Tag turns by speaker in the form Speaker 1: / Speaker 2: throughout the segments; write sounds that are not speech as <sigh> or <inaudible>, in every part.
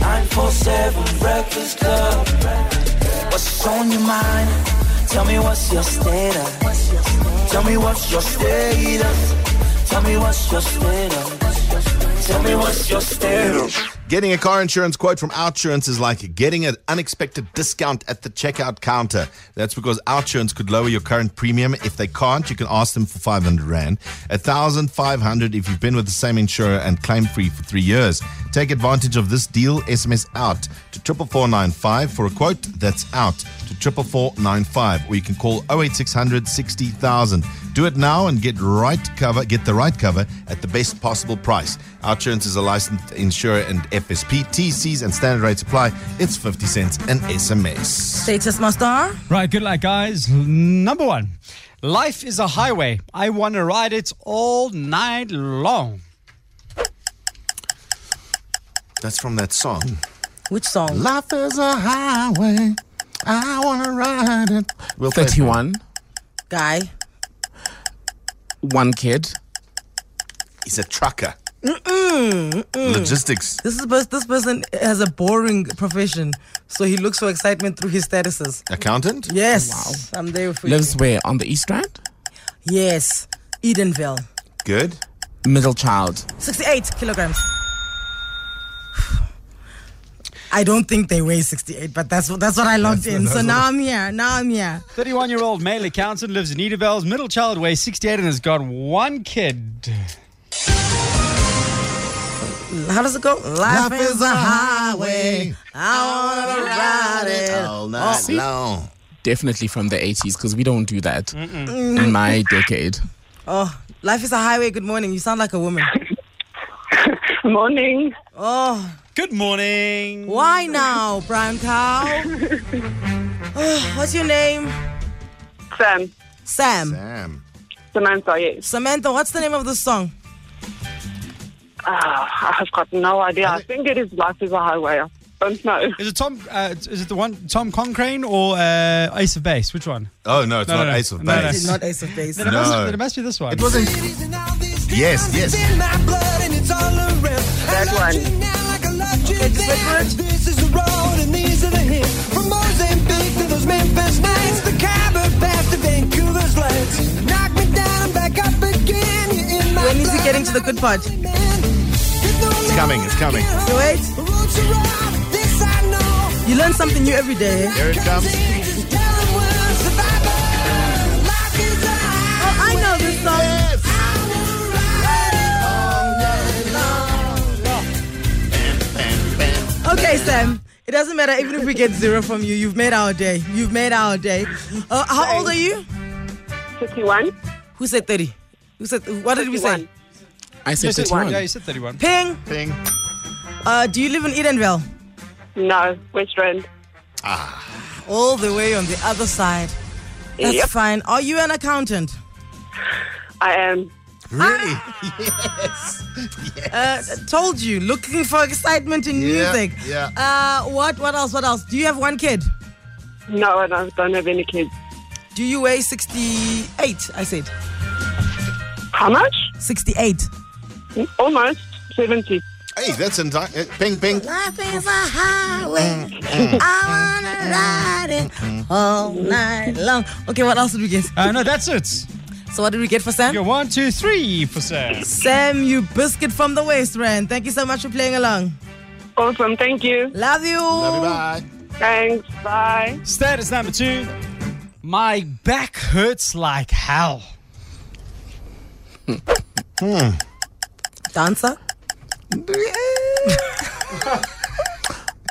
Speaker 1: 947 Breakfast Club. What's on your mind? Tell me what's your status. Tell me what's your status. Tell me what's your status. Tell me what's your status.
Speaker 2: Getting a car insurance quote from Outsurance is like getting an unexpected discount at the checkout counter. That's because Outsurance could lower your current premium. If they can't, you can ask them for 500 Rand. 1,500 if you've been with the same insurer and claim free for three years. Take advantage of this deal. SMS out to 44495 for a quote. That's out to 44495. Or you can call 08600 60000. Do it now and get right cover. Get the right cover at the best possible price. Outsurance is a licensed insurer and FSP, TCs, and standard rates apply. It's 50 cents an SMS.
Speaker 3: Status Master.
Speaker 4: Right, good luck, guys. Number one, life is a highway. I want to ride it all night long.
Speaker 2: That's from that song.
Speaker 3: Which song?
Speaker 2: Life is a highway. I want to ride it. We'll play-
Speaker 5: 31,
Speaker 3: Guy.
Speaker 5: one kid.
Speaker 2: He's a trucker. Logistics.
Speaker 3: This is pers- this person has a boring profession, so he looks for excitement through his statuses.
Speaker 2: Accountant?
Speaker 3: Yes, I'm there for
Speaker 5: Lives where? On the East Rand?
Speaker 3: you. Yes, Edenville,
Speaker 2: Good.
Speaker 5: Middle child.
Speaker 3: 68 kilograms. <sighs> I don't think they weigh 68, but that's what that's what I logged in. So now I'm here. Now I'm here.
Speaker 4: 31 year old male accountant lives in Edevale's middle child, weighs 68, and has got one kid.
Speaker 3: How does it go? Life, is a highway. I wanna ride it. Oh,
Speaker 2: All night long.
Speaker 5: Definitely from the 80s because we don't do that in my decade.
Speaker 3: Oh, life is a highway. Good morning. You sound like a woman.
Speaker 6: Morning.
Speaker 3: Oh,
Speaker 4: Good morning.
Speaker 3: why now, brown <laughs> cow? Oh, what's your name?
Speaker 6: Sam.
Speaker 3: Sam.
Speaker 2: Damn.
Speaker 6: Samantha, yes.
Speaker 3: Samantha, what's the name of the song?
Speaker 6: Ah, I've got no idea. I think it is Life is a Highway. I don't know.
Speaker 4: Is it Tom? Uh, is it the one Tom Concrane or uh, Ace of Base? Which one?
Speaker 2: Oh, no, it's
Speaker 4: No,
Speaker 2: not
Speaker 4: no, no.
Speaker 2: Ace of
Speaker 4: No, no.
Speaker 2: Base.
Speaker 3: It's not Ace of Base.
Speaker 4: Then it, must,
Speaker 2: No.
Speaker 4: then it must be this one.
Speaker 2: It wasn't. Yes, yes.
Speaker 6: That one.
Speaker 3: Okay, just wait for it. When is he getting to the good part?
Speaker 2: It's coming, it's coming.
Speaker 3: You wait. You learn something new every day.
Speaker 2: Here it comes.
Speaker 3: Oh, I know this song. Okay, Sam. It doesn't matter even if we get zero from you. You've made our day. You've made our day. Uh, how old are you?
Speaker 6: 51.
Speaker 3: Who said 30? Who said, what did we say?
Speaker 6: 51.
Speaker 5: I
Speaker 4: You
Speaker 5: said
Speaker 4: said one. Yeah,
Speaker 5: 31.
Speaker 4: you said 31.
Speaker 3: Ping.
Speaker 2: Ping.
Speaker 3: Uh, do you live in Edenville?
Speaker 6: No, West Rand.
Speaker 3: All the way on the other side. That's
Speaker 6: Yep.
Speaker 3: fine. Are you an accountant?
Speaker 6: I am.
Speaker 2: Really?
Speaker 3: Ah!
Speaker 2: <laughs>
Speaker 3: Uh, told you, looking for excitement in
Speaker 2: Yeah,
Speaker 3: music.
Speaker 2: yeah.
Speaker 3: Uh, what? What else? What else? Do you have one kid?
Speaker 6: No, and I don't have any kids.
Speaker 3: Do you weigh sixty-eight? I said
Speaker 6: How much?
Speaker 3: sixty-eight.
Speaker 6: Almost 70.
Speaker 2: Hey, that's in time. Uh, Ping, ping.
Speaker 3: Life is a highway.
Speaker 2: Mm-hmm.
Speaker 3: I wanna ride it all night long. Okay, what else did we get?
Speaker 4: Uh, no, that's it.
Speaker 3: So what did we get for Sam?
Speaker 4: You're one, two, three for Sam.
Speaker 3: Sam, you biscuit from the waste, Rand. Thank you so much for playing along.
Speaker 6: Awesome. Thank you.
Speaker 3: Love you.
Speaker 2: Love you, bye.
Speaker 6: Thanks. Bye.
Speaker 4: Status number two. My back hurts like hell.
Speaker 3: Dancer.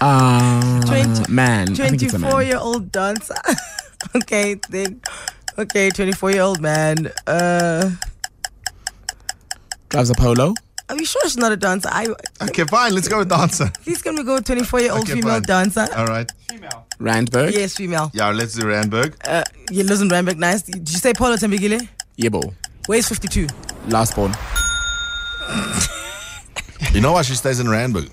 Speaker 5: Uh,
Speaker 3: Twenty-
Speaker 5: man. I think it's a
Speaker 3: 24
Speaker 5: man.
Speaker 3: year old dancer. <laughs> okay, then. Okay, 24 year old man. Uh,
Speaker 5: Drives a polo.
Speaker 3: Are we sure she's not a dancer? I,
Speaker 2: Okay, fine. Let's go with the answer.
Speaker 3: please can we go 24 year old
Speaker 2: Okay,
Speaker 3: female
Speaker 2: fine.
Speaker 3: dancer?
Speaker 2: All right.
Speaker 5: Randburg?
Speaker 3: Yes, female.
Speaker 2: Yeah, let's do Randburg.
Speaker 3: Uh, you listen, Randbeck, nice. Did you say Paula Tambigile?
Speaker 5: Yebo.
Speaker 3: Where's 52?
Speaker 5: Last born.
Speaker 2: You know why she stays in Randburg?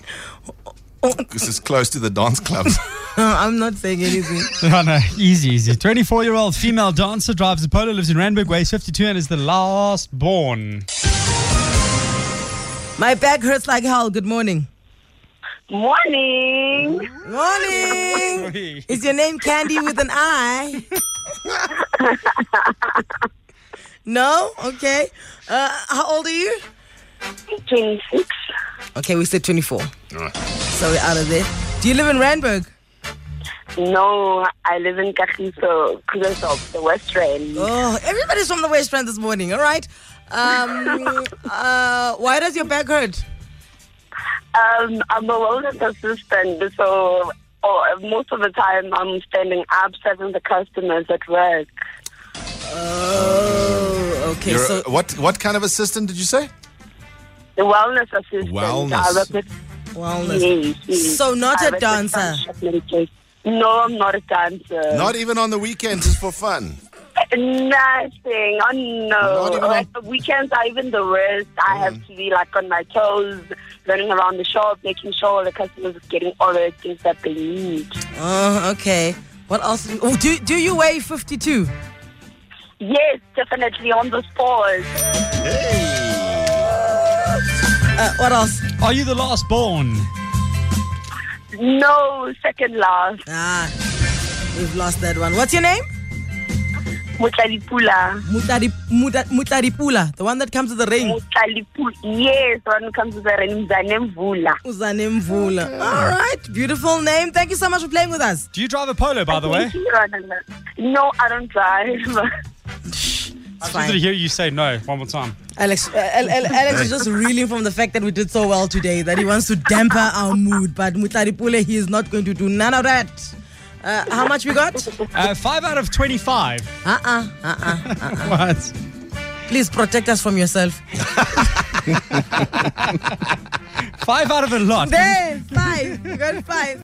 Speaker 3: Oh.
Speaker 2: Because it's close to the dance
Speaker 3: <laughs>
Speaker 2: clubs.
Speaker 3: Uh, I'm not saying anything.
Speaker 4: <laughs> No, no, easy, easy. 24 year old female dancer drives a polo, lives in Randburg, weighs 52, and is the last born.
Speaker 3: <laughs> My back hurts like hell. Good morning.
Speaker 6: Morning.
Speaker 2: <laughs>
Speaker 3: Morning. Is your name Candy with an I? <laughs> no? Okay. Uh, how old are you?
Speaker 6: 26.
Speaker 3: Okay, we said 24. So we're out of there. Do you live in Randburg?
Speaker 6: No, I live in Kagiso, Kuzensop, the West Rand.
Speaker 3: Oh, everybody's from the West Rand this morning, all right? <laughs> Um, uh, why does your back hurt?
Speaker 6: Um, I'm a wellness assistant, so oh, most of the time I'm standing up serving the customers at work.
Speaker 3: Oh, okay.
Speaker 2: You're a-
Speaker 3: so,
Speaker 2: what what kind of assistant did you say?
Speaker 6: The wellness assistant.
Speaker 2: Wellness.
Speaker 6: I work with-
Speaker 3: wellness.
Speaker 6: yes, yes.
Speaker 3: So not
Speaker 6: I
Speaker 3: a
Speaker 6: work with
Speaker 3: dancer.
Speaker 6: functional medication. No, I'm not a dancer. Uh,
Speaker 2: Not even on the weekends, just for fun.
Speaker 6: Nothing. Oh
Speaker 2: Not
Speaker 6: no.
Speaker 2: even Mm.
Speaker 6: Like
Speaker 2: on-
Speaker 6: the weekends are even the worst. I have to be like on my toes, running around the shop, making sure all the customers is getting all the things that they need.
Speaker 3: Oh, okay. What else? Oh, do, do you weigh 52?
Speaker 6: Yes, definitely on the spot.
Speaker 3: Uh, what else?
Speaker 4: Are you the last born?
Speaker 6: No second last.
Speaker 3: Ah, we've lost that one. What's your name?
Speaker 6: Mutalipula.
Speaker 3: Mutari, Muta, Mutaripula, the one that comes with the rain.
Speaker 6: Mutalipula. Yes, when it comes to the rain, Zanemvula.
Speaker 3: Uzanemvula. All right, beautiful name. Thank you so much for playing with us.
Speaker 4: Do you drive a polo, by the way?
Speaker 6: <laughs> Thank you, Ananda. No, I don't drive. <laughs>
Speaker 3: It's
Speaker 4: I
Speaker 3: fine.
Speaker 4: did hear you say no one more time.
Speaker 3: Alex, uh, Al- Al- Alex is just reeling from the fact that we did so well today that he wants to damper our mood. But Mutaripule, he is not going to do none of that. Uh, how much we got?
Speaker 4: Uh, five out of 25.
Speaker 3: Uh uh, uh uh.
Speaker 4: <laughs> What?
Speaker 3: Please protect us from yourself.
Speaker 4: Five out of a lot.
Speaker 3: There, five. You got five.